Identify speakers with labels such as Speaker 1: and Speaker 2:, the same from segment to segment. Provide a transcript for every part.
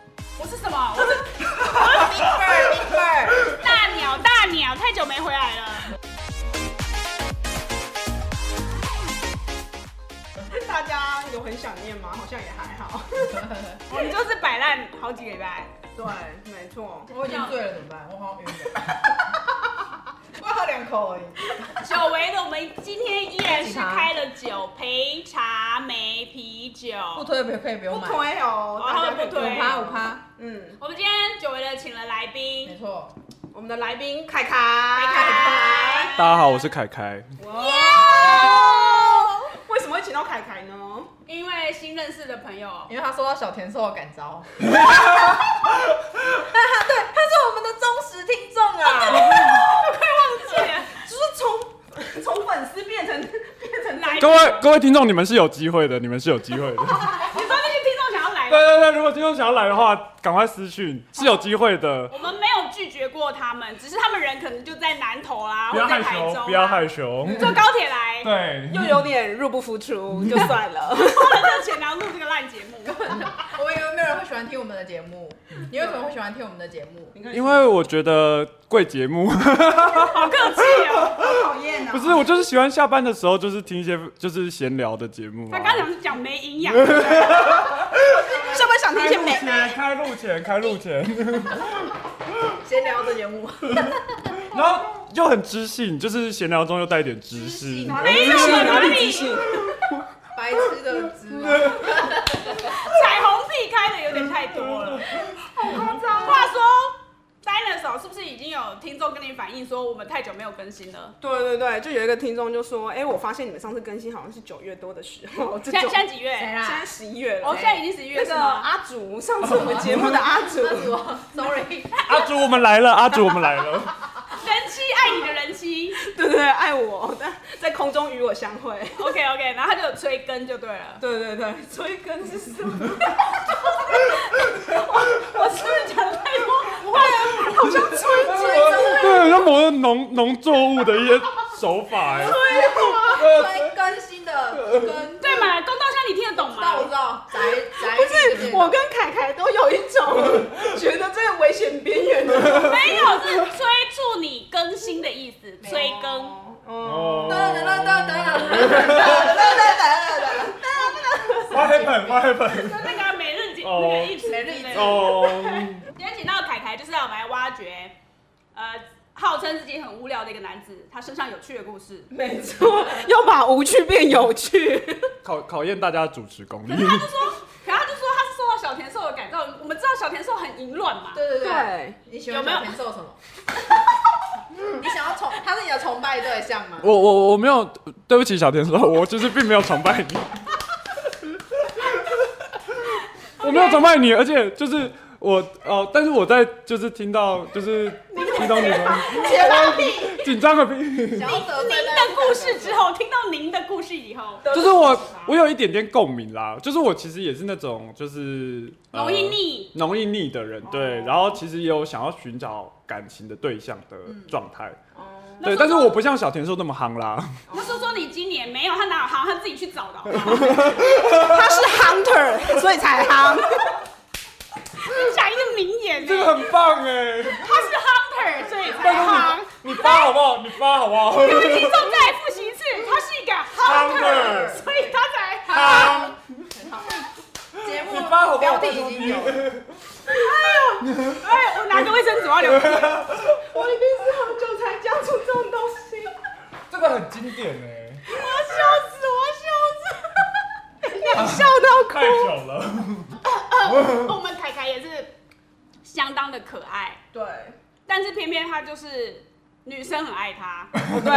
Speaker 1: 什 么？我是 Big Bird Big Bird 大鸟大鸟，太久没回来了。
Speaker 2: 大家有很想念吗？好像也还好。我们就是摆烂好几个礼拜。哎对，没错。
Speaker 3: 我已经醉了怎么办？我好像晕了，我喝两口而已。
Speaker 1: 久违的，我们今天依然是开了酒，陪茶没啤酒。
Speaker 3: 不推不可以不用
Speaker 2: 不
Speaker 3: 买，
Speaker 2: 推哦，大
Speaker 1: 哦
Speaker 2: 家可以
Speaker 1: 不推
Speaker 3: 五趴五趴，
Speaker 2: 嗯，
Speaker 1: 我们今天久违的请了来
Speaker 3: 没
Speaker 1: 宾，
Speaker 3: 错。
Speaker 2: 我们的来宾凯凯，
Speaker 1: 凯
Speaker 2: 凯
Speaker 1: 凯
Speaker 4: 大家好，我是凯凯。
Speaker 2: 为什么会请到凯凯呢？
Speaker 1: 因为新认识的朋友，
Speaker 3: 因为他收到小甜瘦的感 召，对，他是我们的忠实听众啊，
Speaker 2: 就是从从粉丝变成 变成
Speaker 1: 来
Speaker 4: 各位各位听众，你们是有机会的，你们是有机会的。
Speaker 1: 你说那些听众想要来
Speaker 4: 对
Speaker 1: 吗，
Speaker 4: 对对，如果听众想要来的话，赶快私讯，是有机会的。
Speaker 1: 我们没有拒绝过他们，只是他们人可能就在南投啦，
Speaker 4: 不
Speaker 1: 或者
Speaker 4: 要
Speaker 1: 在台
Speaker 4: 害
Speaker 1: 中，啊
Speaker 4: 羞，不要害羞。
Speaker 1: 羞，坐高铁来，
Speaker 4: 啊对，
Speaker 2: 又有点入不敷出，就算了。
Speaker 1: 花了这个钱然后录这个烂节目，
Speaker 3: 我们以为没有人会喜欢听我们的节目，你为什么会喜欢听我们的节目？
Speaker 4: 因为我觉得贵节目
Speaker 1: 好客气哦。
Speaker 2: 讨厌啊
Speaker 4: 不是，我就是喜欢下班的时候就是听一些就是闲聊的节目啊。
Speaker 1: 他刚讲是讲没营养，
Speaker 2: 上班想听一些美
Speaker 4: 开录前，开录前，开录前，
Speaker 3: 闲聊的节目，
Speaker 4: 然后又很知性，就是闲聊中又带一点知识。
Speaker 1: 没有啊哪里
Speaker 3: 白痴的直啊男，
Speaker 1: 彩虹屁开的有点太多了，好夸张。话说。Dinosaur 是不是已经有听众跟你反映说我们太久没有更新了？
Speaker 2: 对对对，就有一个听众就说：“哎、我发现你们上次更新好像是九月多的时候，这
Speaker 1: 现在
Speaker 2: 种
Speaker 1: 现在几月？
Speaker 3: 谁啊
Speaker 2: 现
Speaker 3: 啦
Speaker 2: 在十一月了。
Speaker 1: 哦，现在已经十一月啊
Speaker 2: 那
Speaker 1: 是
Speaker 2: 个
Speaker 1: 吗？
Speaker 2: 阿竹，上次我们节目的阿竹，
Speaker 3: 那是 我，sorry，啊
Speaker 4: 阿竹，我们来了，阿竹，我们来了。
Speaker 1: 人妻爱你的人妻
Speaker 2: 对对对，爱我，但在空中与我相会。
Speaker 1: ，OK OK，然后他就有催更就对 了。
Speaker 2: 对对对，催更是什么？我我是不是讲太多？我好像催更。
Speaker 4: 对，像某种农农作物的一些手法哎。
Speaker 3: 推更新的跟，
Speaker 1: 对嘛，公道箱你听得懂
Speaker 3: 知道我
Speaker 1: 吗
Speaker 3: 知？道，宅宅
Speaker 2: 不
Speaker 3: 女
Speaker 2: 是，
Speaker 3: 的
Speaker 2: 我跟凯凯都有一种觉得这个危险边缘的
Speaker 1: 没有，是催促你更新的意思，催更。
Speaker 2: 哦，
Speaker 4: 哦。
Speaker 3: 哒哒哒哒哒
Speaker 4: 挖黑粉，挖黑粉。
Speaker 1: 就那个每日节
Speaker 4: 哦
Speaker 1: 那个一词
Speaker 3: 每日
Speaker 1: 之
Speaker 3: 一
Speaker 1: 类
Speaker 3: 词
Speaker 1: 的。
Speaker 4: 哦。
Speaker 1: 今天请到凯凯，就是要我们来挖掘，呃，号称自己很无聊的一个男子，他身上有趣的故事。
Speaker 2: 没错，要把无趣变有趣。
Speaker 4: 考考验大家的主持功力
Speaker 1: 可。是他就说，可是他就说他是受到小甜瘦的感召。我们知道小甜瘦很淫乱嘛，
Speaker 3: 对对对。
Speaker 2: 对，
Speaker 3: 你喜欢小甜瘦什么？你想要崇，他是你的崇拜对象吗？
Speaker 4: 我我我没有，对不起，小田说，我就是并没有崇拜你。我没有崇拜你，而且就是我哦，但是我在就是听到就是听到你们
Speaker 2: 结巴屁。
Speaker 4: 紧张个屁，
Speaker 3: 想要得
Speaker 1: 您
Speaker 3: 罪大家
Speaker 1: 的故事之后，听到您的故事以后，
Speaker 4: 就是我我有一点点共鸣啦，就是我其实也是那种就是呃
Speaker 1: 容易腻。
Speaker 4: 容易腻哦的人，对，然后其实也有想要寻找感情的对象的状态，
Speaker 1: 那
Speaker 4: 对，
Speaker 1: 说
Speaker 4: 但是
Speaker 1: 说
Speaker 4: 我不像小田说那么夯啦，
Speaker 1: 那说说你今年没有，他哪有行，他自己去找的好不好。
Speaker 2: 他是 hunter，所以才 hunt。
Speaker 1: 讲一个名言欸呢、
Speaker 4: 这个很棒哎，
Speaker 1: 他是 hunter，所以才
Speaker 4: 拜托
Speaker 1: hunt。
Speaker 4: 你你发好不好？你发好不 好？
Speaker 1: 各位听众再复习一次，他是一个 hunter，
Speaker 4: Hunter
Speaker 1: 所以他才 hunt。
Speaker 4: 夯，
Speaker 3: 节目
Speaker 4: 你发好不
Speaker 3: 标
Speaker 4: 好？
Speaker 3: 题已经有了，
Speaker 1: 哎，我拿个卫生纸要流。
Speaker 2: 我一定是很久才讲出这种东西，
Speaker 4: 这个很经典哎，
Speaker 2: 我笑死，我笑死，你笑到
Speaker 4: 太久了，
Speaker 1: 我们凯凯也是相当的可爱，
Speaker 2: 对
Speaker 1: 但是偏偏他就是女生很爱他。
Speaker 2: 对，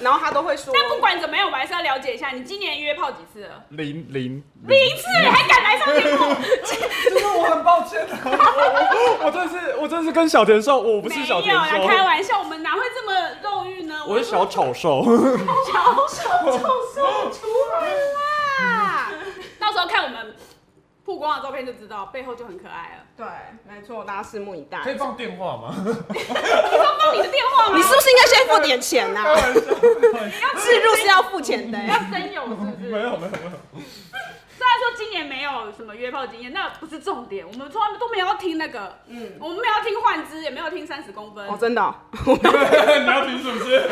Speaker 2: 然后他都会说，
Speaker 1: 但不管怎么样，我们还是要了解一下，你今年约炮几次了？
Speaker 4: 零零
Speaker 1: 零次，还敢来上节目？
Speaker 4: 就是我很抱歉啊， 我我我真的是我真的是跟小田兽，我不是小
Speaker 1: 没
Speaker 4: 田
Speaker 1: 有啦，开
Speaker 4: 兽，
Speaker 1: 玩笑，我们哪会这么肉欲呢？
Speaker 4: 我是小丑兽，
Speaker 1: 小丑丑说出来啦！到时候看我们曝光的照片就知道，背后就很可爱了。
Speaker 2: 对，没错，大家拭目以待。
Speaker 4: 放电话吗？
Speaker 1: 你刚放你的电话吗？
Speaker 2: 你是不是应该先付点钱呐、啊？
Speaker 4: 没
Speaker 2: 置入是要付钱的、
Speaker 1: 要真有是不是？
Speaker 4: 有没有没有，
Speaker 1: 虽然他说今年没有什么约炮经验，那不是重点，我们从来都没有要听那个，
Speaker 3: 嗯，
Speaker 1: 我们没有要听幻之，也没有听三十公分。
Speaker 2: 哦，真的哦、
Speaker 4: 你要凭什么是？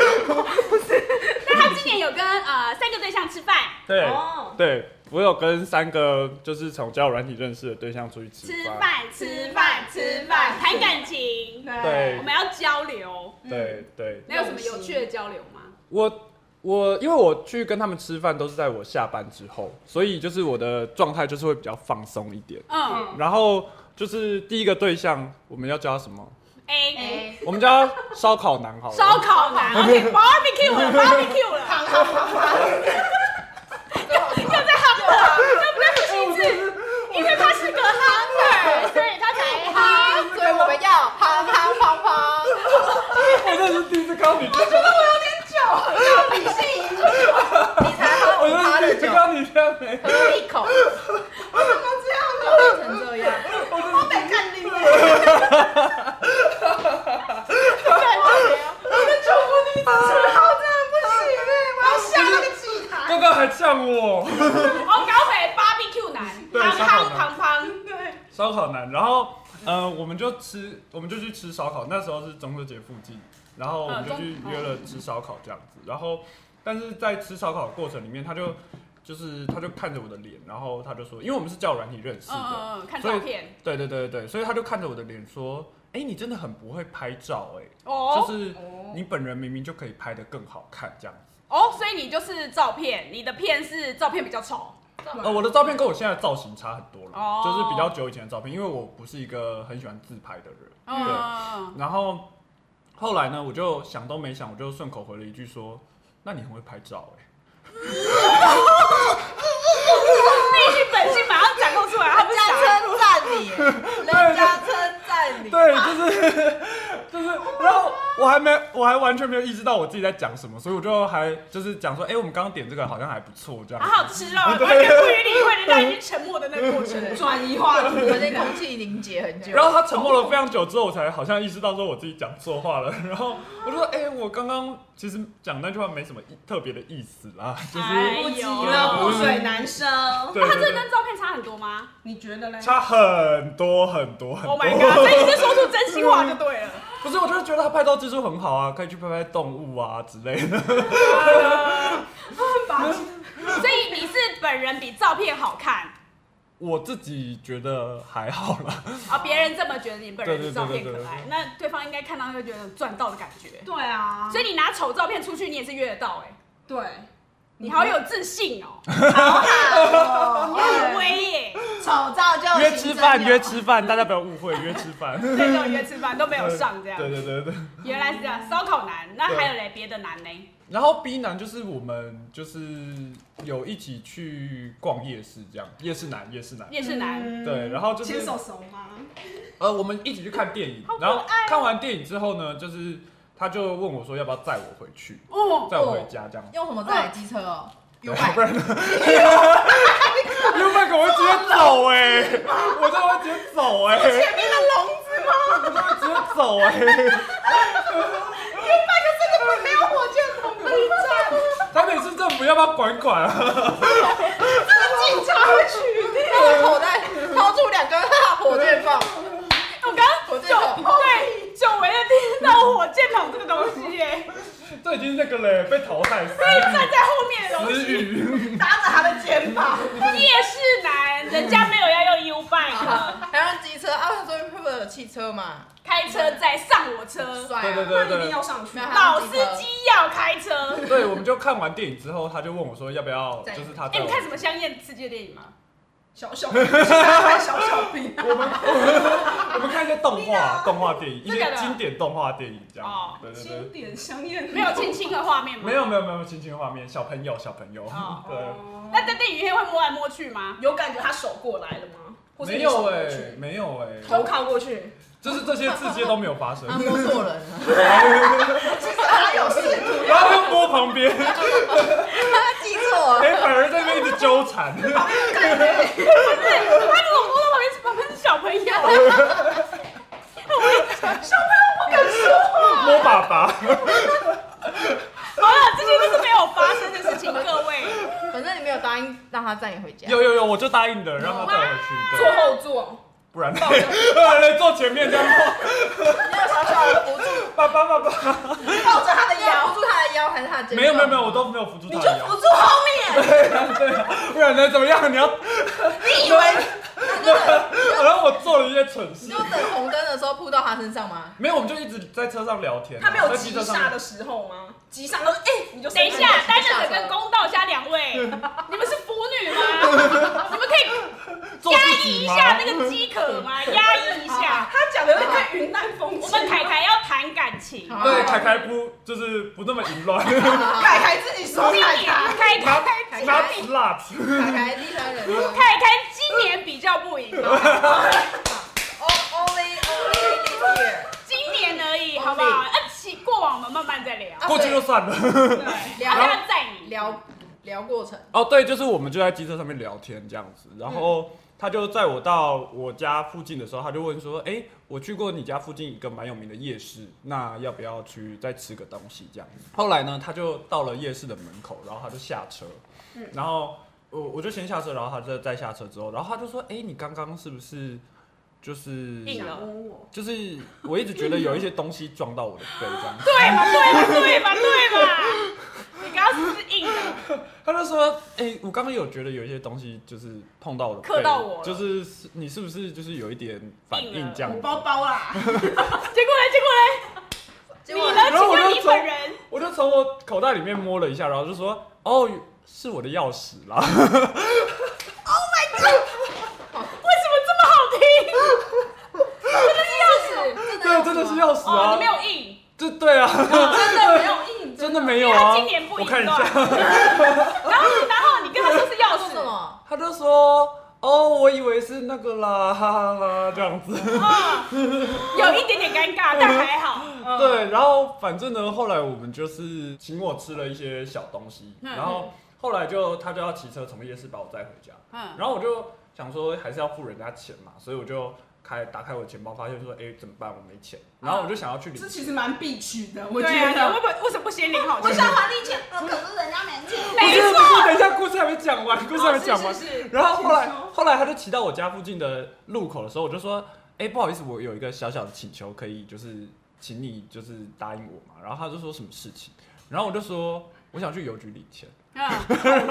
Speaker 1: 那他今年有跟呃三个对象吃饭，
Speaker 4: 对
Speaker 3: 哦
Speaker 4: 对，我有跟三个就是从交友软体认识的对象出去
Speaker 1: 吃
Speaker 4: 吃饭，
Speaker 1: 饭，吃饭，吃饭，谈感情，
Speaker 4: 对
Speaker 1: 我们要交流。
Speaker 4: 对对，
Speaker 1: 没有什么有趣的交流吗？
Speaker 4: 我我因为我去跟他们吃饭都是在我下班之后，所以就是我的状态就是会比较放松一点。
Speaker 1: 嗯
Speaker 4: 然后就是第一个对象，我们要叫他什么？
Speaker 1: ，A
Speaker 3: 哎，
Speaker 4: 我们叫他烧烤男好了。
Speaker 1: 烧烤男，OK，barbecue 了，barbecue 了，
Speaker 3: 好好好好，
Speaker 1: 又在夯了，这不对不起是，因为他是个夯
Speaker 3: 所以他才哈，所以我们要哈哈哈哈，
Speaker 4: 我真的是第一次看到你，
Speaker 3: 理性饮酒，你才喝
Speaker 4: 我
Speaker 3: 五趴
Speaker 4: 真
Speaker 3: 的
Speaker 4: 的
Speaker 3: 酒
Speaker 4: 是，看到你这样没、
Speaker 3: 喝一口，
Speaker 2: 我
Speaker 3: 变成这样，
Speaker 2: 被干定了，干我的酒不你吃好，真的不行哎、我要下那个祭坛。
Speaker 4: 刚刚还呛我。
Speaker 1: 男，我搞回 barbecue 男，
Speaker 4: 对
Speaker 1: 夯
Speaker 4: 烧烤
Speaker 1: 夯
Speaker 4: 男
Speaker 1: 胖胖，
Speaker 2: 对，
Speaker 4: 烧烤男，然后呃，我们就吃，我们就去吃烧烤。那时候是中秋节附近，然
Speaker 1: 嗯
Speaker 4: 后我们就去约了吃烧烤这样子。然后，但是在吃烧烤的过程里面，他就就是他就看着我的脸，然后他就说，因为我们是叫软体认识
Speaker 1: 嗯
Speaker 4: 的，
Speaker 1: 嗯嗯，看
Speaker 4: 所以
Speaker 1: 照片
Speaker 4: 对对对对，所以他就看着我的脸说，哎、你真的很不会拍照、哎、
Speaker 1: 哦
Speaker 4: 就是你本人明明就可以拍的更好看这样子。
Speaker 1: 哦，所以你就是照片，你的片是照片比较丑，
Speaker 4: 呃，我的照片跟我现在的造型差很多了，
Speaker 1: 哦
Speaker 4: 就是比较久以前的照片，因为我不是一个很喜欢自拍的人。
Speaker 1: 嗯
Speaker 4: 对
Speaker 1: 嗯，
Speaker 4: 然后后来呢，我就想都没想，我就顺口回了一句说：“那你很会拍照哎、
Speaker 1: 必须本性马上展露出 来，他不
Speaker 3: 人
Speaker 1: 是
Speaker 3: 家
Speaker 1: 傻
Speaker 3: 称赞你，人家称赞你，
Speaker 4: 对，就是就是，然后我还没我还完全没有意识到我自己在讲什么，所以我就还就是讲说：“哎、我们刚刚点这个好像还不错这样
Speaker 1: 好
Speaker 4: 子。
Speaker 1: 好吃哦，完全不予理会人家已经沉默的那个过程。
Speaker 2: 转移话题，
Speaker 3: 昨天空气凝结很久，
Speaker 4: 然后他沉默了非常久之后，我才好像意识到说我自己讲错话了。然后我就说：“哎、我刚刚其实讲那句话没什么意特别的意思啦，就是
Speaker 1: 哎呦
Speaker 2: 急了不水难收。
Speaker 4: 对
Speaker 1: 那啊他这
Speaker 4: 对对，
Speaker 1: 跟照片差很多吗
Speaker 2: 你觉得嘞？
Speaker 4: 差很多很多很多。
Speaker 1: ？Oh my god！所以你是说出真心话就对了。
Speaker 4: 不是，我就是觉得他拍照技术很好啊，可以去拍拍动物啊之类 的。
Speaker 1: 所以你是本人比照片好看
Speaker 4: 我自己觉得还好 啦，
Speaker 1: 啊，别人这么觉得你本人比照片
Speaker 4: 对对
Speaker 1: 可
Speaker 4: 对对
Speaker 1: 爱
Speaker 4: 对，
Speaker 1: 那对嗯方应该看到会觉得赚到的感觉。
Speaker 2: 对啊，
Speaker 1: 所以你拿丑照片出去，你也是约得到哎、
Speaker 2: 对，
Speaker 1: 你好有自信哦，
Speaker 3: 哦
Speaker 1: 你很威耶、
Speaker 3: 丑照就
Speaker 4: 约吃饭，约吃饭，大家不要误会， 约吃饭。
Speaker 1: 啊 对，这种 约吃饭都没有上这样
Speaker 4: 对。对对对。
Speaker 1: 原来是这样，烧烤男，那还有嘞别的男呢？
Speaker 4: 然后 B 男就是我们就是有一起去逛夜市，这样夜市男夜市
Speaker 2: 嗯
Speaker 4: 男。
Speaker 1: 夜市男，
Speaker 4: 对，然后就是
Speaker 2: 牵手手吗？
Speaker 4: 呃，我们一起去看电影
Speaker 1: 好，可爱
Speaker 4: 然
Speaker 1: 哦
Speaker 4: 后看完电影之后呢，就是他就问我说要不要载我回去，
Speaker 1: 哦，
Speaker 4: 载我回家这样。
Speaker 3: 用什么载机车哦？
Speaker 4: 对
Speaker 3: 有
Speaker 4: 不然呢？ 六百个我会直接走哎、我真的会直接走哎、
Speaker 2: 前面的笼子吗？
Speaker 4: 我真的会直接走哎、
Speaker 2: 那个没有火箭筒备战，
Speaker 4: 台北市政府要不要管管啊？
Speaker 2: 警察会取缔。
Speaker 3: 用口袋掏出两根大火箭放，
Speaker 1: 我刚
Speaker 3: 火
Speaker 1: 久
Speaker 3: 箭筒
Speaker 1: 对久违的听到火箭筒这个东西耶、
Speaker 4: 这已经那个嘞，被淘汰死
Speaker 1: 所以站在后面的东
Speaker 4: 死
Speaker 1: 西，
Speaker 4: 语。
Speaker 2: 搭着他的肩膀，
Speaker 1: 夜市男，人家没有要用 U bike 的
Speaker 3: 还让机车啊，我想说会不会有汽车嘛？
Speaker 1: 开车在上我车，
Speaker 3: 帅
Speaker 4: 对对
Speaker 3: 啊！
Speaker 4: 对
Speaker 2: 一定
Speaker 4: 对
Speaker 2: 要上去。
Speaker 1: 老司机要开车。
Speaker 4: 对，我们就看完电影之后，他就问我说要不要，
Speaker 3: 载
Speaker 4: 就是他
Speaker 1: 哎、
Speaker 4: 载我
Speaker 1: 你。看什么香艳刺激的电影吗？
Speaker 2: 小小 兵，小小 兵，
Speaker 4: 我们看一些动画动画电影，一
Speaker 1: 真的假
Speaker 4: 些
Speaker 1: 的
Speaker 4: 经典动画电影这样
Speaker 1: 哦。
Speaker 4: 对对
Speaker 2: 经
Speaker 4: 对，
Speaker 2: 典 香艳，
Speaker 1: 没有亲亲的画面吗？
Speaker 4: 没有。没有没有亲情画面，小朋友小朋友
Speaker 1: 哦，
Speaker 4: 对，
Speaker 1: 那在电影院会摸来摸去吗？
Speaker 2: 有感觉他手过来了吗？或是
Speaker 4: 没
Speaker 2: 你手
Speaker 4: 有
Speaker 2: 过
Speaker 4: 哎
Speaker 2: 去，
Speaker 4: 没有哎，
Speaker 2: 头靠过去，
Speaker 4: 就是这些字节都没有发生。
Speaker 3: 啊，摸错人了，
Speaker 2: 其实他有事，
Speaker 4: 然后就摸旁边，
Speaker 3: 他记错了。
Speaker 4: 哎，反而在那边一直纠缠。
Speaker 1: 不是，他如果摸到旁边，旁边是小朋友，
Speaker 4: 摸爸爸，
Speaker 1: 啊好了，这些都是没有发生的事情，各位。
Speaker 3: 本可是你没有答应让他载你回家。
Speaker 4: 有有有，我就答应的，让他带我 去，
Speaker 1: 坐
Speaker 4: 对，
Speaker 1: 后座，
Speaker 4: 不然 对坐前面这样，
Speaker 3: 你有小小的扶住
Speaker 4: 爸爸爸爸，
Speaker 3: 抱着他的腰，扶住他的腰还是他的肩膀？
Speaker 4: 没有没有没有，我都没有扶住
Speaker 1: 你
Speaker 4: 他
Speaker 1: 就
Speaker 4: 的
Speaker 1: 扶
Speaker 4: 腰，
Speaker 1: 住后 面。
Speaker 4: 啊不然能怎么样？你要，
Speaker 3: 你 以为你就等
Speaker 4: 然后我做了一些蠢
Speaker 3: 你
Speaker 4: 事
Speaker 3: 就，等红灯的时候扑到他身上吗？
Speaker 4: 没有，我们就一直在车上聊天啊，
Speaker 2: 他没有
Speaker 4: 在
Speaker 2: 急
Speaker 4: 机车上
Speaker 2: 刹
Speaker 4: 面
Speaker 2: 的时候吗？急刹，然后哎，你就
Speaker 1: 等一下，
Speaker 3: 下
Speaker 1: 单
Speaker 3: 车
Speaker 1: 着跟公道下两 位，你们是腐女 吗？你们可以
Speaker 4: 做
Speaker 1: 压
Speaker 4: 自
Speaker 1: 抑
Speaker 4: 己
Speaker 1: 一
Speaker 4: 吗？
Speaker 1: 下那个饥渴哦 吗？压抑一
Speaker 2: 啊
Speaker 1: 下。
Speaker 2: 他讲的有点太云淡风轻。
Speaker 1: 我们凯凯要谈感情，
Speaker 3: 好
Speaker 4: 对，凯凯不就是不那么 淫乱，
Speaker 3: 啊
Speaker 2: 凯凯自己说
Speaker 1: 今
Speaker 2: 凯
Speaker 1: 年
Speaker 2: 凯，
Speaker 1: 凯凯
Speaker 3: 凯
Speaker 4: 拿
Speaker 3: 凯凯
Speaker 4: slut，
Speaker 3: 凯第三人称
Speaker 1: 凯凯今年比较不赢哦，
Speaker 3: ，O- only only this year，
Speaker 1: 今年而已，好不好？那其过往我们慢慢再聊，
Speaker 3: 啊
Speaker 4: 过去就算了。
Speaker 1: 对，
Speaker 3: 聊
Speaker 1: 他要载你。
Speaker 3: 聊聊过程，
Speaker 4: 哦，对，就是我们就在机车上面聊天这样子，然后他就载我到我家附近的时候，他就问说：“哎、我去过你家附近一个蛮有名的夜市，那要不要去再吃个东西？”这样子。后来呢，他就到了夜市的门口，然后他就下车，然后我我就先下车，然后他就再下车之后，然后他就说：“哎、你刚刚是不是就是
Speaker 1: 硬哦了
Speaker 4: 哦
Speaker 2: 我
Speaker 4: 就是我一直觉得有一些东西撞到我的背这样。”
Speaker 1: 对嘛，对嘛，对嘛，对嘛。你刚刚是不是硬的？
Speaker 4: 他就说：“哎、我刚刚有觉得有一些东西就是碰到我的背，
Speaker 1: 刻到我了
Speaker 4: 就是是你是不是就是有一点反
Speaker 1: 硬
Speaker 4: 应
Speaker 1: 了
Speaker 4: 这样子？”
Speaker 2: 包包啊啦，
Speaker 1: 结果呢？结果
Speaker 3: 结
Speaker 1: 呢？
Speaker 3: 果
Speaker 1: 你呢？
Speaker 4: 然后
Speaker 1: 请
Speaker 4: 我就
Speaker 1: 问你本人？
Speaker 4: 我就从我口袋里面摸了一下，然后就说：“哦，是我的钥匙 啦。
Speaker 1: 为什么这么好听？
Speaker 3: 真的是”
Speaker 4: 对，真的是钥匙
Speaker 1: 哦，
Speaker 4: 啊
Speaker 1: 你没！有硬，
Speaker 4: 这对啊，
Speaker 3: 真的没有硬
Speaker 4: 真的没
Speaker 1: 因
Speaker 4: 有
Speaker 1: 为他
Speaker 4: 啊
Speaker 1: 今年不！
Speaker 4: 我
Speaker 1: 赢
Speaker 4: 看一
Speaker 1: 乱。
Speaker 4: 下，
Speaker 1: 然后，然后你跟他说是钥
Speaker 3: 做什
Speaker 1: 匙，
Speaker 3: 么？
Speaker 4: 他就说：“哦，我以为是那个啦，哈哈哈，这样子。”
Speaker 1: 哦有一点点尴尬，但还好。嗯，
Speaker 4: 对，然后反正呢，后来我们就是请我吃了一些小东西，
Speaker 1: 嗯
Speaker 4: 然后后来就他就要骑车从夜市把我载回家，
Speaker 1: 嗯，
Speaker 4: 然后我就想说还是要付人家钱嘛，所以我就开打开我的钱包，发现说哎、怎么办，我没钱，然后我就想要去领
Speaker 2: 这。其实蛮必取的，我觉
Speaker 1: 对啊，你
Speaker 2: 得。
Speaker 1: 为什么为什么不先领好
Speaker 3: 我
Speaker 1: 钱？
Speaker 3: 想还你钱，呃可是人家没钱。
Speaker 4: 不
Speaker 1: 没
Speaker 4: 是不
Speaker 1: 错，
Speaker 4: 是，等一下，故事还没讲完，故事还没讲完。
Speaker 1: 是是是
Speaker 4: 然后后来
Speaker 2: 请说
Speaker 4: 后来他就骑到我家附近的路口的时候，我就说，哎、不好意思，我有一个小小的请求，可以就是请你就是答应我嘛。然后他就说什么事情，然后我就说我想去邮局领钱。
Speaker 1: 嗯
Speaker 3: 人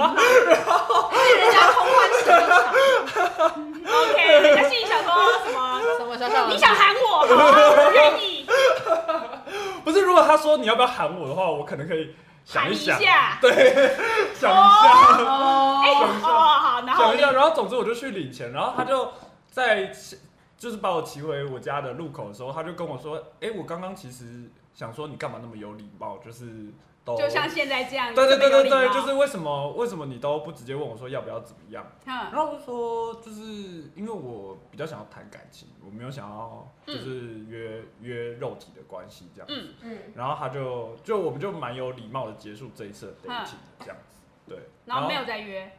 Speaker 3: 家通话是
Speaker 1: ，OK，人家心里想说什么？
Speaker 3: 什么小小的？
Speaker 1: 你想喊我，好啊，我愿意
Speaker 4: 不是，如果他说你要不要喊我的话，我可能可以想
Speaker 1: 喊一
Speaker 4: 想，
Speaker 1: 下。
Speaker 4: 想一下，
Speaker 2: 哦，
Speaker 1: 哎，哦，好，然后
Speaker 4: 想一
Speaker 1: 你
Speaker 4: 下。然后总之我就去领钱，然后他就在骑就是把我骑回我家的路口的时候，他就跟我说：“哎、我刚刚其实想说你干嘛那么有礼貌，就是都
Speaker 1: 就像现在这样，
Speaker 4: 对对对对
Speaker 1: 这么有
Speaker 4: 对，
Speaker 1: 礼貌
Speaker 4: 就是为什么为什么你都不直接问我说要不要怎么样？
Speaker 1: 嗯
Speaker 4: 然后我就说就是因为我比较想要谈感情，我没有想要就是约、约肉体的关系这样子。
Speaker 1: 嗯
Speaker 2: 嗯，
Speaker 4: 然后他就就我们就蛮有礼貌的结束这一次的 dating 的这样子，对。
Speaker 1: 嗯然后没有再约。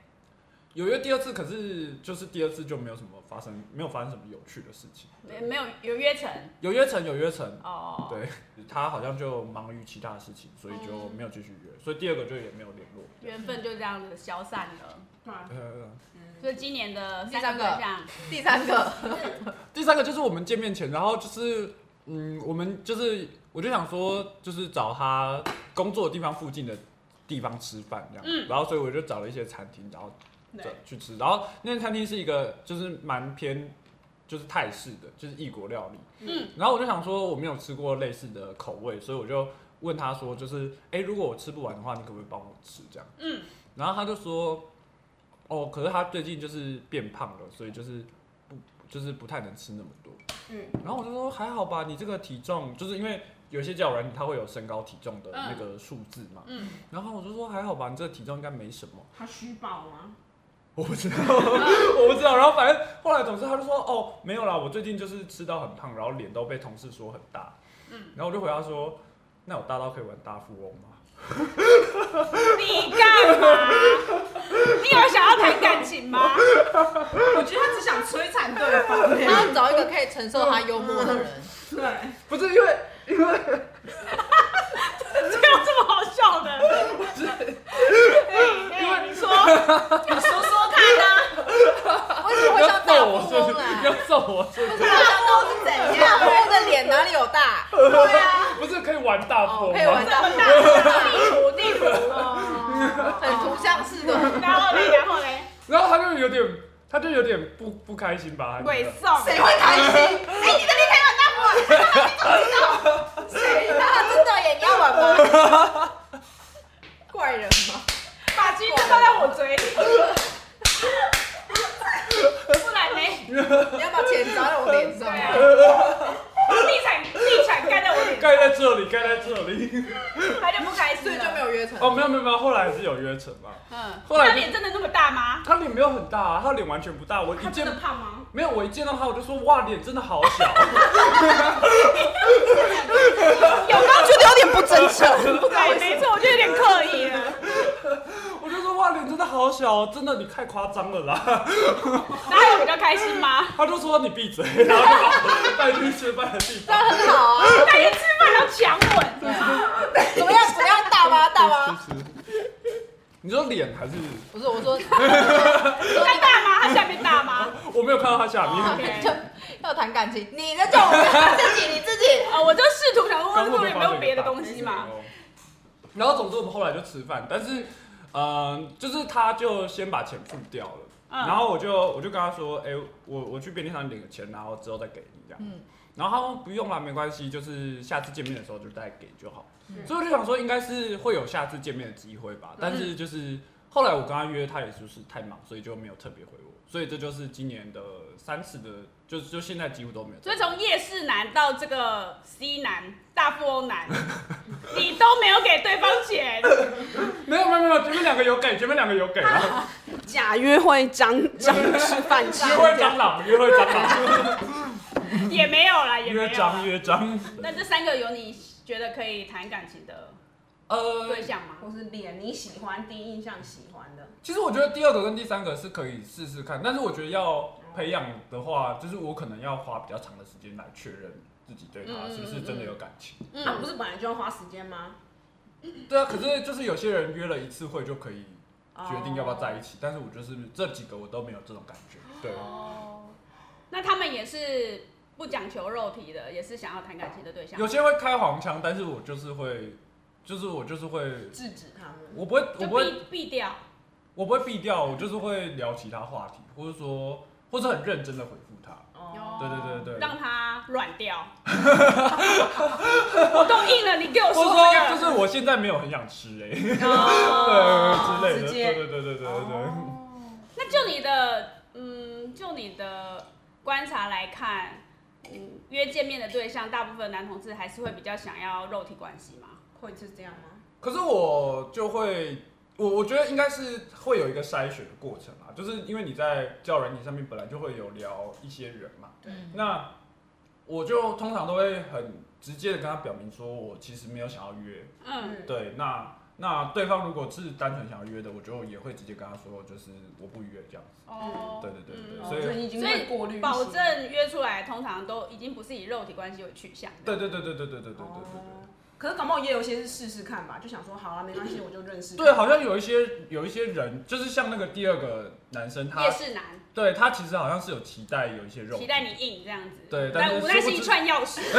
Speaker 4: 有约第二次，可是就是第二次就没有什么发生，没有发生什么有趣的事情。
Speaker 1: 没没有有约成
Speaker 4: 有约成，有约成，
Speaker 1: 哦。
Speaker 4: 对他好像就忙于其他事情，所以就
Speaker 1: 嗯
Speaker 4: 没有继续约，所以第二个就也没有联络。
Speaker 1: 缘分就这样子消散了。
Speaker 2: 对啊
Speaker 4: 呃，
Speaker 1: 所以今年的
Speaker 3: 第
Speaker 1: 三
Speaker 3: 三
Speaker 1: 个
Speaker 3: 个
Speaker 1: 对象，
Speaker 3: 第三个，
Speaker 4: 第三个就是我们见面前，然后就是嗯，我们就是我就想说，就是找他工作的地方附近的地方吃饭这样，
Speaker 1: 嗯
Speaker 4: 然后所以我就找了一些餐厅，然后
Speaker 2: 对
Speaker 4: 这去吃。然后那间餐厅是一个就是蛮偏就是泰式的，就是异国料理。
Speaker 1: 嗯，
Speaker 4: 然后我就想说我没有吃过类似的口味，所以我就问他说，就是哎、诶如果我吃不完的话，你可不可以帮我吃这样？
Speaker 1: 嗯，
Speaker 4: 然后他就说，哦，可是他最近就是变胖了，所以就是不就是不太能吃那么多。
Speaker 2: 嗯，
Speaker 4: 然后我就说还好吧，你这个体重就是因为有些教软体它会有身高体重的那个数字嘛，
Speaker 1: 嗯，
Speaker 4: 然后我就说还好吧，你这个体重应该没什么。
Speaker 2: 他虚报吗？
Speaker 4: 我不知道， 我不知道。然后反正后来，总之他就说，哦，没有啦，我最近就是吃到很胖，然后脸都被同事说很大。
Speaker 1: 嗯，
Speaker 4: 然后我就回答说，那我大到可以玩大富翁吗？
Speaker 1: 你干嘛？你有想要谈感情吗？
Speaker 2: 我觉得他只想摧残对方。
Speaker 3: 他要找一个可以承受他幽默的人。
Speaker 2: 对，
Speaker 4: 不是因为
Speaker 1: 这有这么好笑的？
Speaker 4: 不是
Speaker 1: 哎，你说你说说看啊，
Speaker 3: 为什么会
Speaker 4: 要
Speaker 3: 像大
Speaker 4: 揍我
Speaker 3: 富
Speaker 4: 是不
Speaker 3: 翁
Speaker 4: 是？
Speaker 3: 啊？
Speaker 4: 要揍我是不
Speaker 3: 不
Speaker 4: 是？
Speaker 3: 是大富翁是怎样？大富翁的脸哪里有大？
Speaker 1: 对啊，
Speaker 4: 不是可以玩大
Speaker 3: 哦，
Speaker 4: 破
Speaker 3: 可以玩
Speaker 4: 吗？
Speaker 3: 大
Speaker 1: 这
Speaker 3: 富
Speaker 1: 么
Speaker 3: 翁，
Speaker 1: 大，地图地图，
Speaker 3: 很图像式的。
Speaker 1: 然后嘞，然后嘞，
Speaker 4: 然后他就有点，他就有点不不开心吧？他觉
Speaker 1: 鬼
Speaker 4: 得
Speaker 1: 送，
Speaker 3: 谁会开心？哎、你的厉害玩大富翁，谁 啊？真的耶，你要玩吗？ 怪人吗？
Speaker 1: 把鸡蛋放在我嘴里，不然嘞，
Speaker 3: 你要把钱砸在我脸上
Speaker 1: 对
Speaker 3: 吗
Speaker 1: 啊？，把地产地产盖在我脸上，
Speaker 4: 盖在这里，盖在这里。
Speaker 1: 他就不开
Speaker 3: 所
Speaker 1: 心
Speaker 3: 以就没
Speaker 1: 了。
Speaker 3: 有约成。
Speaker 4: 哦，没有没有没有，后来还是有约成嘛。
Speaker 1: 嗯，
Speaker 4: 后来
Speaker 1: 他
Speaker 4: 就
Speaker 1: 脸真的那么大吗？
Speaker 4: 他脸没有很大、啊，他脸完全不大。我
Speaker 1: 他
Speaker 4: 一
Speaker 1: 真
Speaker 4: 见
Speaker 1: 的胖吗？
Speaker 4: 没有，我一见到他我就说哇，脸真的好小。
Speaker 3: 有刚刚觉得有点不真诚，不
Speaker 1: 对，哎没错，我就有点刻意了。
Speaker 4: 我就说哇，脸真的好小哦，真的你太夸张了啦。
Speaker 1: 哪有比较开心吗？
Speaker 4: 他就说你闭嘴， 然后就把我带去吃饭的地
Speaker 3: 这样
Speaker 4: 方。
Speaker 3: 很好啊。
Speaker 1: 带去吃饭然后强吻，
Speaker 3: 怎么样？怎么样？大吗？大吗？
Speaker 4: 吃吃你说脸还是？
Speaker 3: 不是，我说
Speaker 1: 他大吗？他下面大吗？
Speaker 4: 我没有看到他下面。
Speaker 1: OK
Speaker 3: 就要谈感情，你的这种人自己你自己。
Speaker 1: 哦，我就试图想 说，
Speaker 4: 刚
Speaker 1: 温度
Speaker 4: 刚我
Speaker 1: 有
Speaker 4: 就
Speaker 1: 没
Speaker 4: 发
Speaker 1: 有
Speaker 4: 现
Speaker 1: 别的
Speaker 4: 大哦
Speaker 1: 东西嘛？
Speaker 4: 然后总之我们后来就吃饭，但是，呃，就是他就先把钱付掉了，
Speaker 1: 嗯
Speaker 4: 然后我就我就跟他说，哎、我我去便利商店领个钱，然后之后再给你这样。
Speaker 3: 嗯
Speaker 4: 然后他说不用啦，没关系，就是下次见面的时候就再给就好。
Speaker 3: 嗯
Speaker 4: 所以我就想说，应该是会有下次见面的机会
Speaker 1: 嗯
Speaker 4: 吧。但是就是后来我跟他约，他也就是太忙，所以就没有特别回我。所以这就是今年的三次的，就就现在几乎都没有。
Speaker 1: 所以从夜市男到这个 C 男、大富翁 男，你都没有给对方钱，
Speaker 4: 没有没有没有，前面两个有给，前面两个有给啊，
Speaker 2: 假约会张 张吃饭 钱
Speaker 4: 约会蟑螂，约会蟑螂。
Speaker 1: 也没有啦，也没
Speaker 4: 约
Speaker 1: 有啦
Speaker 4: 章。约章，
Speaker 1: 那这三个有你觉得可以谈感情的
Speaker 4: 呃，
Speaker 1: 对象吗？
Speaker 2: 或是脸你喜欢第一印象喜欢的，
Speaker 4: 其实我觉得第二个跟第三个是可以试试看，但是我觉得要培养的话，就是我可能要花比较长的时间来确认自己对
Speaker 1: 嗯
Speaker 4: 他是不是真的有感情。
Speaker 2: 那、不是本来就要花时间吗？
Speaker 1: 嗯
Speaker 4: 对啊，可是就是有些人约了一次会就可以决定要不要
Speaker 2: 一
Speaker 4: 在一起，但是我就是这几个我都没有这种感觉。对，
Speaker 1: 哦，那他们也是不讲求肉体的，也是想要谈感情的对象
Speaker 4: 有。些会开黄腔，但是我就是会，就是我就是会，
Speaker 2: 制止他们。
Speaker 4: 我不会，我
Speaker 1: 就
Speaker 4: 不会
Speaker 1: 避避掉，
Speaker 4: 我不会避掉，我就是会聊其他话题，或者说，或者很认真的回复他。
Speaker 2: 哦，
Speaker 4: 对对对对
Speaker 1: 让它软掉。 我都硬了，你给我
Speaker 4: 或者
Speaker 1: 哦说
Speaker 4: 说，
Speaker 1: 这
Speaker 4: 就
Speaker 1: 个。
Speaker 4: 是我现在没有很想吃哎、
Speaker 1: 哦
Speaker 4: 对 之类的，
Speaker 2: 直接
Speaker 4: 对对对对对对对。
Speaker 3: 哦
Speaker 1: 那嗯就你的，嗯，就你的观察来看，嗯，约见面的对象，大部分男同志还是会比较想要肉体关系嘛。
Speaker 2: 会是这样吗？
Speaker 4: 可是我就会，我我觉得应该是会有一个筛选的过程啦，就是因为你在教软体上面本来就会有聊一些人嘛，
Speaker 2: 对
Speaker 4: 那我就通常都会很直接的跟他表明说我其实没有想要约，
Speaker 1: 嗯，
Speaker 4: 对，那那对方如果是单纯想要约的，我就也会直接跟他说就是我不约这样子，
Speaker 1: 哦，
Speaker 4: 对对对对
Speaker 1: 嗯
Speaker 4: 所以
Speaker 2: 你已经
Speaker 1: 所以
Speaker 2: 会过滤一些，
Speaker 1: 保证约出来，通常都已经不是以肉体关系为取向的。
Speaker 4: 对对对对对对对对对对对。
Speaker 2: 哦可是感冒也有些是试试看吧，就想说好啊，没关系，我就认识。
Speaker 4: 对，好像有一些有一些人，就是像那个第二个男生，他
Speaker 1: 夜市男
Speaker 4: 对他其实好像是有期待有一些肉
Speaker 1: 期，待你硬这样子，
Speaker 4: 对但
Speaker 1: 但
Speaker 4: 是
Speaker 1: 无奈是
Speaker 4: 殊不
Speaker 1: 一
Speaker 4: 知
Speaker 1: 串钥匙，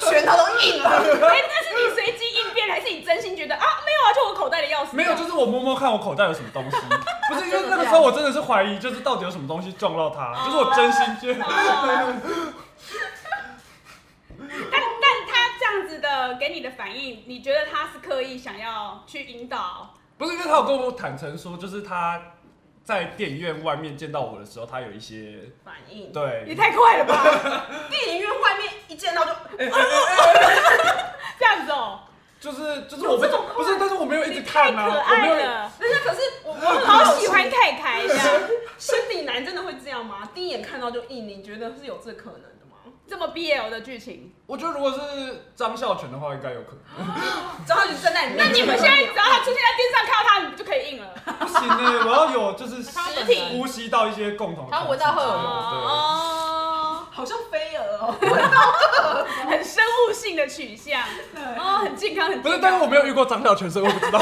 Speaker 3: 拳头都硬了。
Speaker 1: 哎，那是你随机应变，还是你真心觉得啊没有啊，哦就我口袋的钥匙，
Speaker 4: 没有，就是我摸摸看我口袋有什么东西， 不是因为那个时候我真的是怀疑，就是到底有什么东西撞到 他，就是我真心觉得，
Speaker 1: 哦 但但他这样子的给你的反应，你觉得他是刻意想要去引导？
Speaker 4: 不是因为他有跟我坦诚说，就是他在电影院外面见到我的时候，他有一些
Speaker 2: 反应。
Speaker 1: 也
Speaker 4: 对，
Speaker 1: 太快了吧！
Speaker 2: 电影院外面一见到就
Speaker 1: 这样子哦、
Speaker 4: 就是就是我不不是，但是我没有一直
Speaker 1: 你太
Speaker 4: 看
Speaker 1: 可
Speaker 4: 啊，我没
Speaker 1: 爱
Speaker 4: 有。
Speaker 1: 了，
Speaker 2: 人家可是我我
Speaker 1: 我好喜欢太开这 样，
Speaker 2: 生理男真的会这样吗？第一眼看到就硬，你觉得是有这可能的吗？
Speaker 1: 这么 BL 的剧 情。
Speaker 4: 我觉得如果是张孝全的话，应该有可能。
Speaker 2: 只要你站在里
Speaker 1: 那
Speaker 2: 面，
Speaker 1: 你们现在只要他出现在电视上，看到他，你们就可以硬了。
Speaker 4: 不行呢，我要有就是
Speaker 1: 实体
Speaker 4: 呼吸到一些共同的空气之
Speaker 3: 他
Speaker 4: 类的。
Speaker 3: 闻到荷尔蒙
Speaker 4: 对
Speaker 1: 哦，
Speaker 2: 好像飞蛾
Speaker 1: 哦，很生物性的取向，哦，很健康，很健康
Speaker 4: 不是，但是我没有遇过张小泉，所以我不 知道，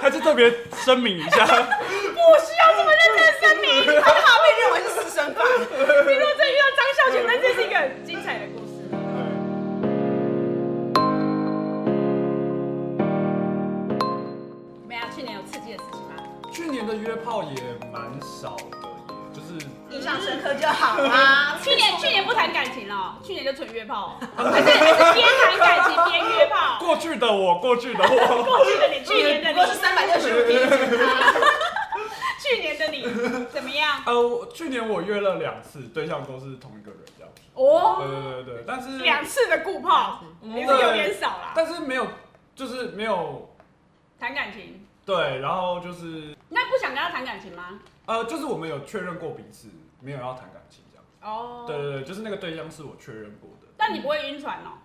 Speaker 4: 还是特别声明一下，
Speaker 1: 不需要这么认真声明。
Speaker 2: 他怕被认为是私生饭。
Speaker 1: 你如果真遇到张孝全，那这是一个很精彩的故事。没啊，去年有刺激的事情吗？
Speaker 4: 去年的约炮也蛮少的耶，就是
Speaker 3: 印象深刻就好啦。
Speaker 1: 去年去年不谈感情了，去年就纯约 炮，还是还是边谈感情边约炮。
Speaker 4: 过去的我，过去的我，
Speaker 1: 过去的你，去年的
Speaker 3: 如果是
Speaker 1: 你，
Speaker 3: 三百六十五天，
Speaker 1: 去年的你怎么样？
Speaker 4: 呃，我去年我约了两次，对象都是同一个人这样子。对
Speaker 1: 哦，嗯
Speaker 4: 对对对，但是
Speaker 1: 两次啊的顾炮也是有点少啦。
Speaker 4: 但是没有，就是没有
Speaker 1: 谈感情，
Speaker 4: 对，然后就是
Speaker 1: 那不想跟他谈感情吗？
Speaker 4: 呃，就是我们有确认过彼此没有要谈感情这样。
Speaker 1: 哦，
Speaker 4: 对对对，就是那个对象是我确认过的。
Speaker 1: 但你不会晕船哦？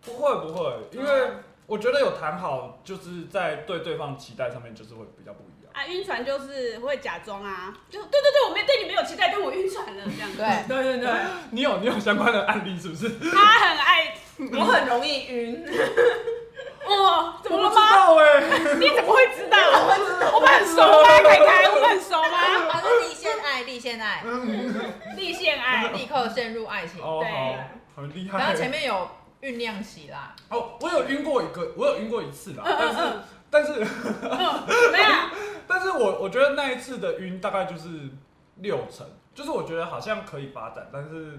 Speaker 4: 不会不会，因为我觉得有谈好，就是在对对方期待上面就是会比较不一样。
Speaker 1: 啊，晕船就是会假装啊，就对对对，我没对你没有期待，但我晕船了这样。
Speaker 3: 对，
Speaker 2: 对对对，
Speaker 4: 你有你有相关的案例是不是？
Speaker 1: 他很爱
Speaker 2: 我很容易晕。
Speaker 1: 哦，怎么
Speaker 4: 我
Speaker 1: 了
Speaker 4: 不知
Speaker 1: 吗？
Speaker 4: 道哎、
Speaker 1: 你怎么会知道？我们很熟吗？凯凯，我们很熟吗？
Speaker 3: 他是立现爱，立现爱，
Speaker 1: 立宪爱，
Speaker 3: 立刻陷入爱情。
Speaker 4: 哦，
Speaker 1: 对
Speaker 4: 好，很厉害。
Speaker 3: 然后前面有酝酿期啦，
Speaker 4: 哦，我有晕过一个，我有晕过一次啦，
Speaker 1: 嗯
Speaker 4: 但是
Speaker 1: 嗯
Speaker 4: 但是
Speaker 1: 嗯嗯，怎么样？
Speaker 4: 但是我我觉得那一次的晕大概就是六成，就是我觉得好像可以发展，但是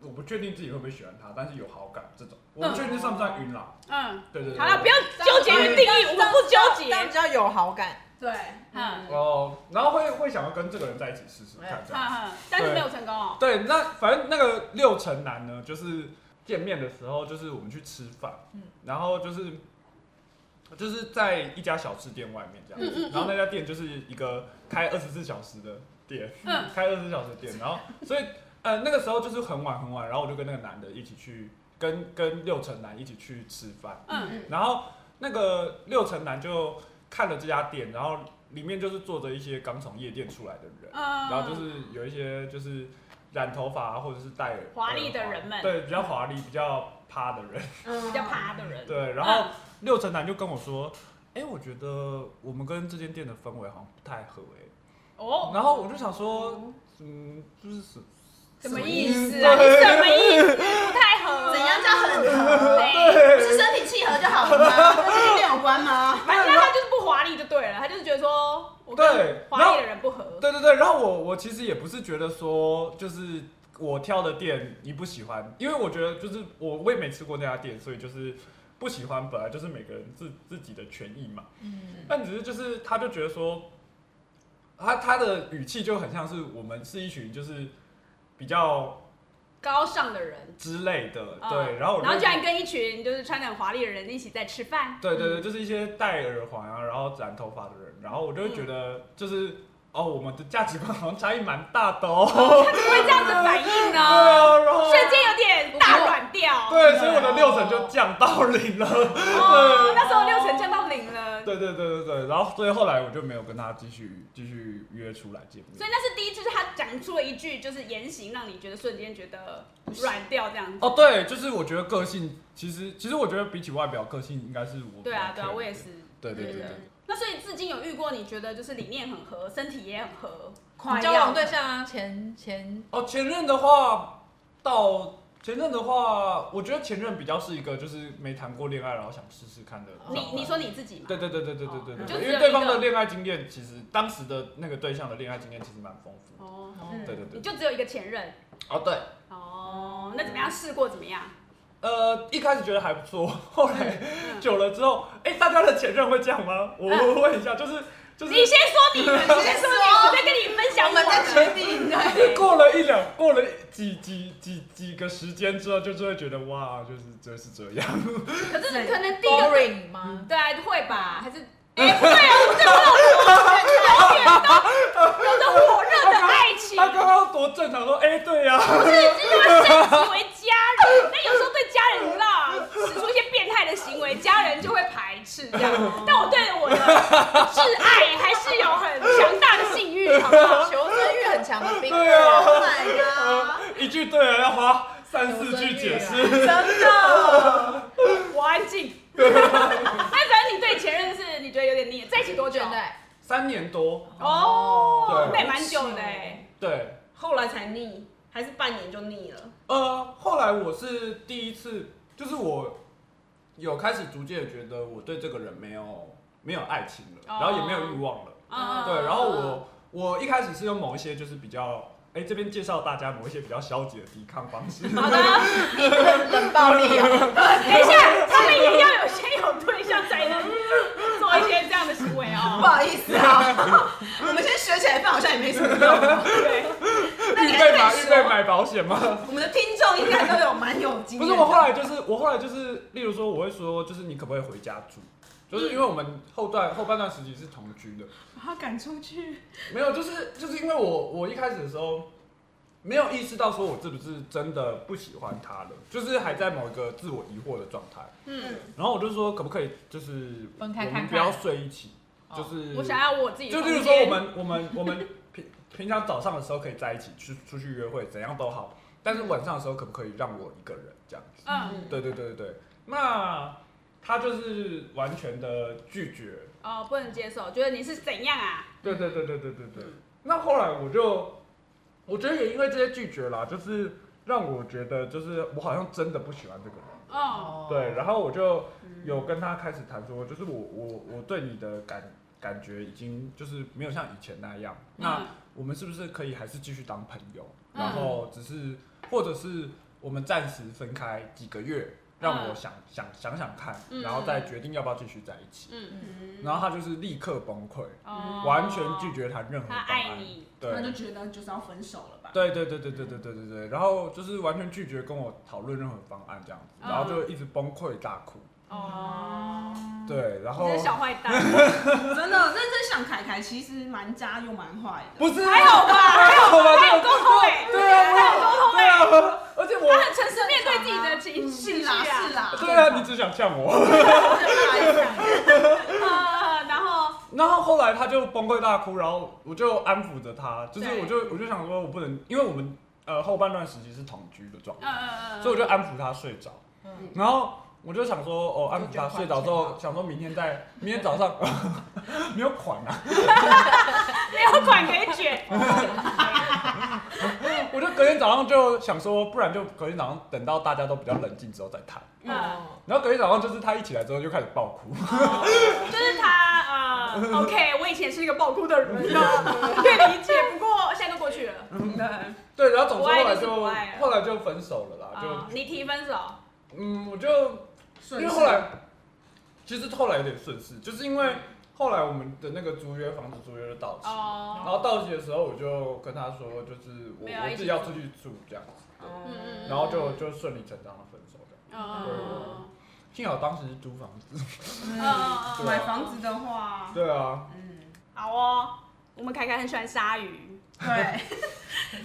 Speaker 4: 我不确定自己会不会喜欢他，但是有好感这种，我不确定算不算晕啦。
Speaker 1: 嗯，
Speaker 4: 对对对。
Speaker 1: 好了，不要纠结于定义，我们不纠
Speaker 3: 但比
Speaker 1: 结。
Speaker 3: 较有好感。
Speaker 2: 对，
Speaker 1: 嗯
Speaker 4: 哦，然后会会想要跟这个人在一起试试看这样。
Speaker 1: 嗯嗯，但是没有成功哦。
Speaker 4: 对，那反正那个六成男呢，就是见面的时候，就是我们去吃饭，
Speaker 3: 嗯
Speaker 4: 然后就是就是在一家小吃店外面这样子，然后那家店就是一个开二十四小时的店，
Speaker 1: 嗯
Speaker 4: 开二十四小时的店，然后所以呃那个时候就是很晚很晚，然后我就跟那个男的一起去，跟跟六成男一起去吃饭，
Speaker 1: 嗯
Speaker 4: 然后那个六成男就看了这家店，然后里面就是坐着一些刚从夜店出来的人。
Speaker 1: 嗯，
Speaker 4: 然后就是有一些就是染头发啊或者是戴耳
Speaker 1: 华丽的人们
Speaker 4: 对，比较华丽、比较趴的 人，
Speaker 2: 嗯
Speaker 1: 比较趴的人。
Speaker 4: 对。然后六成男就跟我说：“哎、我觉得我们跟这间店的氛围好像不太合诶、
Speaker 1: 哦，
Speaker 4: 然后我就想说，嗯，就是什
Speaker 1: 什么意思啊？你什么意思？不太合。
Speaker 3: 怎样叫很合？
Speaker 1: 对，
Speaker 3: 不是身体契合就好了吗？
Speaker 2: 跟恋有关吗？
Speaker 1: 反正他就是不华丽就对了，他就是觉得说我
Speaker 4: 对
Speaker 1: 跟华
Speaker 4: 然后
Speaker 1: 丽的人不合。
Speaker 4: 对对对。然后我我其实也不是觉得说就是。我挑的店你不喜欢，因为我觉得就是我我也没吃过那家店，所以就是不喜欢本来就是每个人自自己的权益嘛。
Speaker 3: 嗯，
Speaker 4: 但只是就是他就觉得说，他他的语气就很像是我们是一群就是比较
Speaker 1: 高尚的人。
Speaker 4: 之类的，
Speaker 1: 嗯
Speaker 4: 对，然后我
Speaker 1: 然后
Speaker 4: 就
Speaker 1: 居然跟一群就是穿的很华丽的人一起在吃饭。
Speaker 4: 对对对，就是一些戴耳环啊，然后染头发的人，然后我就会觉得就是、哦，我们的价值观好像差异蛮大的哦，
Speaker 1: 他怎么会这样子反应
Speaker 4: 对
Speaker 1: 呢？
Speaker 4: 啊，然后
Speaker 1: 瞬间有点大软掉。
Speaker 4: 对，所以我的六成就降到零了，
Speaker 1: 啊哦，那时候六成降到零了。
Speaker 4: 对对对对对，然后所以后来我就没有跟他继续继续约出来见面
Speaker 1: 所以。那是第一，就是他讲出了一句就是言行，让你觉得瞬间觉得软掉这样子。
Speaker 4: 哦，对，就是我觉得个性，其实其实我觉得比起外表，个性应该是我。
Speaker 1: 对啊，对啊，我也。是。
Speaker 4: 对对
Speaker 1: 对
Speaker 4: 对对
Speaker 1: 对。那所以至今有遇过你觉得就是理念很合，身体也很合，
Speaker 3: 你交往对象啊，前前
Speaker 4: 哦，前任的话，到前任的话，我觉得前任比较是一个就是没谈过恋爱，然后想试试看的状态。
Speaker 1: 你你说你自己嘛？
Speaker 4: 哦对对对对对对对
Speaker 1: 哦
Speaker 4: 对
Speaker 1: 就只有
Speaker 4: 对，因为对方的恋爱经验，其实当时的那个对象的恋爱经验其实蛮丰富的。
Speaker 1: 哦，
Speaker 3: 嗯
Speaker 4: 对对
Speaker 1: 你
Speaker 4: 对。
Speaker 1: 就只有一个前任。
Speaker 4: 哦，对。
Speaker 1: 哦，那怎么样？试过怎么样？
Speaker 4: 呃，一开始觉得还 不错，后来久了之后，哎，大家的前任会这样吗？我我问一下，就是就是。
Speaker 1: 嗯你先说你的，你先说你的，我再跟你分享
Speaker 3: 我们在
Speaker 1: 的
Speaker 3: 决 定对，
Speaker 4: 过了一两，过了几几几几个时间之后，就是会觉得哇，就是就是这 样。
Speaker 1: 可是可能第一个
Speaker 3: boring 吗？
Speaker 1: 对啊会吧，还是哎、会啊，我这个有点都有着火热的爱 情，
Speaker 4: 他刚刚多正常说，哎、对 呀、
Speaker 1: 不是就是要升级为家人，那有时候对家人啦，使出一些变态的行为，家人就会排斥这 样。但我对我的挚爱还是有很强大的性欲，好不好？
Speaker 3: 求生欲很强的兵，
Speaker 4: 对啊
Speaker 3: Oh my god！
Speaker 4: 一句对了要花三四句解
Speaker 3: 有
Speaker 4: 释，
Speaker 1: 真的，我安静。那反正你对前任是你觉得有点腻，在一起多久
Speaker 3: 对？ 对，
Speaker 4: 三年多，
Speaker 1: 哦，
Speaker 4: 对
Speaker 1: 那也蛮久的哎。
Speaker 4: 对，
Speaker 2: 后来才腻，还是半年就腻了？
Speaker 4: 呃，后来我是第一次，就是我有开始逐渐地觉得我对这个人没有没有爱情了，
Speaker 1: 哦
Speaker 4: 然后也没有欲望了，
Speaker 1: 嗯
Speaker 4: 对，然后我我一开始是用某一些就是比较。哎，这边介绍大家某一些比较消极的抵抗方式。
Speaker 1: 好的，
Speaker 3: 你这个冷暴力哦，
Speaker 1: 等一 下，他们也要有先有对象才能做一些这样的行为
Speaker 3: 不
Speaker 1: 哦。
Speaker 3: 好意思啊，我们先学起来，放好像也没什么用。
Speaker 1: 对，
Speaker 3: 那你
Speaker 4: 预
Speaker 3: 还
Speaker 4: 备
Speaker 3: 是
Speaker 4: 买
Speaker 3: 可以
Speaker 4: 预备
Speaker 3: 说
Speaker 4: 买保险吗？
Speaker 3: 我们的听众应该都有蛮有经验的。
Speaker 4: 不是，我后来就是我后来就是，例如说我会说，就是你可不可以回家住？就是因为我们后段后半段时期是同居的，
Speaker 2: 把他赶出去，
Speaker 4: 没有，就是就是因为我我一开始的时候没有意识到说我是不是真的不喜欢他了，就是还在某一个自我疑惑的状态。
Speaker 2: 嗯，
Speaker 4: 然后我就说可不可以就是
Speaker 3: 分开
Speaker 4: 我
Speaker 3: 看看
Speaker 4: 们
Speaker 3: 哦
Speaker 4: 不要睡一起，就是
Speaker 1: 嗯我想要我自己的
Speaker 4: 就
Speaker 1: 空
Speaker 4: 例
Speaker 1: 间。
Speaker 4: 如说我们我们我们平平常早上的时候可以在一起去出去约会，怎样都好，但是晚上的时候可不可以让我一个人这样子？
Speaker 1: 嗯，
Speaker 4: 对对对对对，那他就是完全的拒绝。
Speaker 1: 哦，不能接受，觉得你是怎样啊？
Speaker 4: 对对对对对对
Speaker 1: 嗯
Speaker 4: 对。那后来我就，我觉得也因为这些拒绝啦，就是让我觉得就是我好像真的不喜欢这个人。
Speaker 1: 哦，嗯
Speaker 3: 哦
Speaker 4: 对，然后我就有跟他开始谈说，就是我我我对你的感感觉已经就是没有像以前那样。那
Speaker 1: 嗯
Speaker 4: 我们是不是可以还是继续当朋友？
Speaker 1: 嗯
Speaker 4: 然后只是或者是我们暂时分开几个月，让我
Speaker 1: 嗯
Speaker 4: 想想想想看，
Speaker 1: 嗯
Speaker 4: 然后再决定要不要继续在一起。
Speaker 1: 嗯，
Speaker 4: 然后他就是立刻崩溃。
Speaker 1: 哦
Speaker 4: 完全拒。绝谈任何
Speaker 1: 他
Speaker 4: 方
Speaker 1: 爱
Speaker 4: 案。
Speaker 1: 你，
Speaker 4: 对
Speaker 2: 那就觉得就是要分手了吧？
Speaker 4: 对对对对对对对对对，然后就是完全拒绝跟我讨论任何方案这样子，
Speaker 1: 嗯
Speaker 4: 然后就一直崩溃大哭。
Speaker 1: 哦，
Speaker 4: 对，然
Speaker 1: 你
Speaker 4: 后
Speaker 1: 这小坏 蛋，
Speaker 2: 真的，认真想，凯凯其实蛮渣又蛮坏的。
Speaker 4: 不是
Speaker 1: 还好吧？还好吧？
Speaker 4: 还
Speaker 1: 他
Speaker 4: 好
Speaker 1: 有沟通哎，
Speaker 4: 对啊，
Speaker 1: 他有沟通
Speaker 4: 对
Speaker 1: 哎，
Speaker 4: 啊，而且
Speaker 1: 他
Speaker 4: 我
Speaker 1: 很诚实面对自己的情
Speaker 3: 是
Speaker 1: 绪
Speaker 3: 啦
Speaker 1: 啊
Speaker 3: 是。啦，
Speaker 4: 对啊，你只想呛我。
Speaker 1: 呃，然后
Speaker 4: 然后后来他就崩溃大哭，然后我就安抚着他，就是
Speaker 1: 对
Speaker 4: 我就我就想说，我不能，因为我们呃后半段时期是同居的状态
Speaker 1: 嗯，嗯嗯，
Speaker 4: 所以我就安抚他睡着。
Speaker 3: 嗯
Speaker 4: 然后我就想说，哦，安抚
Speaker 3: 就
Speaker 4: 他
Speaker 3: 捐款
Speaker 4: 睡着之后，想说明 天再，明天早上 没有款啊，
Speaker 1: 没有款可以卷，
Speaker 4: 我就隔天早上就想说，不然就隔天早上等到大家都比较冷静之后再谈。
Speaker 1: 嗯，
Speaker 4: 然后隔天早上就是他一起来之后就开始 爆哭，
Speaker 1: 就是他呃，OK，我以前是一个暴哭的 人，可以理解，不过现在都过去了，
Speaker 4: 对，然后总之
Speaker 1: 不
Speaker 4: 后
Speaker 1: 爱
Speaker 4: 来
Speaker 1: 就是
Speaker 4: 就
Speaker 1: 不爱了
Speaker 4: 后来就分手了
Speaker 1: 啊，
Speaker 4: 啦，就
Speaker 1: 你提分手，
Speaker 4: 嗯，我就因为后来，其实后来有点顺势，就是因为后来我们的那个租约房子租约就到期，然
Speaker 1: 哦，
Speaker 4: 后到期的时候我就跟他说，就是我
Speaker 1: 没有要
Speaker 4: 我
Speaker 1: 一
Speaker 4: 自
Speaker 1: 起
Speaker 4: 己要
Speaker 1: 住
Speaker 4: 出去住这样子，对
Speaker 1: 嗯嗯
Speaker 4: 然后就就顺理成章的分手这样。
Speaker 1: 嗯嗯
Speaker 4: 幸好当时是租房子。
Speaker 1: 嗯嗯嗯，
Speaker 2: 买房子的话，
Speaker 4: 对啊，
Speaker 3: 嗯，
Speaker 1: 好哦，我们凯凯很喜欢鲨鱼，
Speaker 3: 对，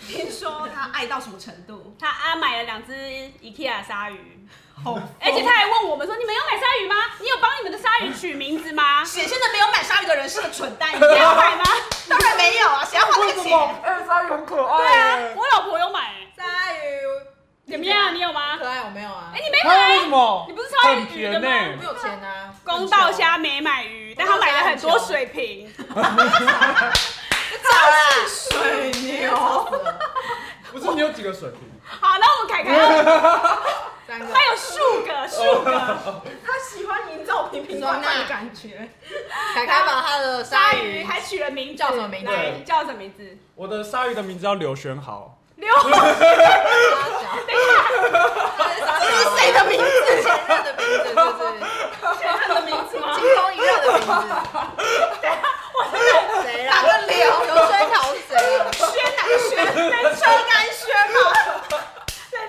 Speaker 3: 听说他爱到什么程度？
Speaker 1: 他啊买了两只 IKEA 鲨鱼，
Speaker 3: 好，
Speaker 1: 而
Speaker 2: 哦
Speaker 1: 且他还问我们说：“你们有买鲨鱼吗？你有帮你们的鲨鱼取名字 吗？
Speaker 3: 显现的没有买鲨鱼的人是个蠢蛋，
Speaker 1: 你有买吗
Speaker 3: 当然没有啊，谁要花那个钱？
Speaker 4: 哎，鲨鱼很可？”
Speaker 1: 对啊，。我老婆有买、
Speaker 3: 鲨鱼
Speaker 1: 怎么样？啊你有吗？
Speaker 3: 爱，我没有啊
Speaker 1: 哎、你没
Speaker 4: 它为
Speaker 1: 买
Speaker 4: 什？么？
Speaker 1: 你不是超爱
Speaker 4: 很
Speaker 1: 鱼的
Speaker 4: 甜
Speaker 1: 吗
Speaker 4: 呢？
Speaker 3: 有钱啊，
Speaker 1: 公道虾没买鱼，但他买了很多水瓶。
Speaker 3: 真是
Speaker 2: 水牛，
Speaker 4: 不是你有几个水瓶？
Speaker 1: 好，那我们凯凯要，
Speaker 3: 三
Speaker 1: 他有数个数个
Speaker 2: 他喜欢营造平平淡淡的感觉。
Speaker 3: 凯凯把他的
Speaker 1: 鲨鱼，还取了名字，
Speaker 3: 叫什么名字
Speaker 1: 来，你叫什么名字？
Speaker 4: 我的鲨鱼的名字叫刘轩豪。
Speaker 1: 刘，
Speaker 3: 这是谁的名字？前任的名
Speaker 1: 他的名字
Speaker 3: 字，是不是？
Speaker 1: 吗？
Speaker 3: 金钟娱乐的 名字。谁啊啦？哪个刘？刘轩豪是谁 啊？
Speaker 1: 轩哪个轩？
Speaker 3: 车干轩嘛。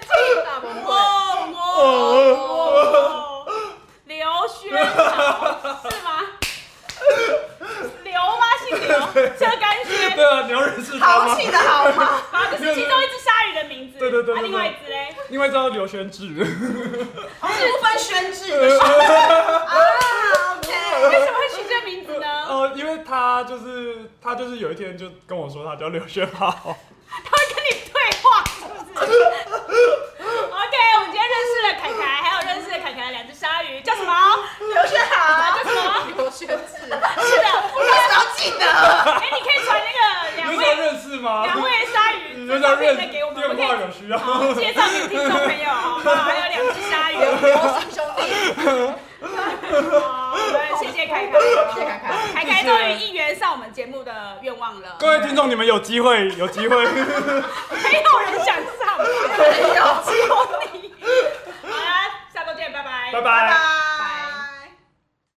Speaker 3: 气大崩溃。
Speaker 1: 哦，刘轩豪是吗？刘吗？姓刘，车干轩。
Speaker 4: 对啊，你要认识他
Speaker 3: 豪
Speaker 4: 吗？
Speaker 3: 气 的好吗？
Speaker 1: 好，这是其中一只鲨鱼的名字。
Speaker 4: 对对对对
Speaker 1: 那另外一只嘞？
Speaker 4: 另外一张刘轩志，
Speaker 3: 不分宣制的啊，OK。
Speaker 1: 为什么会取这名字呢？
Speaker 4: 呃，因为他就是他就是有一天就跟我说他叫刘轩豪，
Speaker 1: 它会跟你对话，是不是？
Speaker 3: 圈子，
Speaker 1: 是的，
Speaker 3: 我那时候记得，
Speaker 1: 哎，你可以传那个
Speaker 4: 你
Speaker 1: 两
Speaker 4: 们想
Speaker 1: 位
Speaker 4: 认识吗？
Speaker 1: 两位鲨
Speaker 4: 你
Speaker 1: 鱼
Speaker 4: 们
Speaker 1: 的
Speaker 4: 想
Speaker 1: 照片
Speaker 4: 认
Speaker 1: 再
Speaker 4: 识
Speaker 1: 给我们，我们
Speaker 4: 电
Speaker 1: 可以
Speaker 4: 话有需要。
Speaker 1: 好介绍给听众朋 友，好吗？还有两只鲨鱼，
Speaker 3: 刘姓兄弟，
Speaker 1: 好，我们谢谢凯凯，
Speaker 3: 谢谢凯凯。
Speaker 1: 凯凯终于一圆上我们节目的愿望了，
Speaker 4: 各位听众，你们有机会，有机 会。
Speaker 1: 没有人想 上，没有，只有你。好啦，下周见，拜拜，
Speaker 4: 拜拜
Speaker 1: 拜。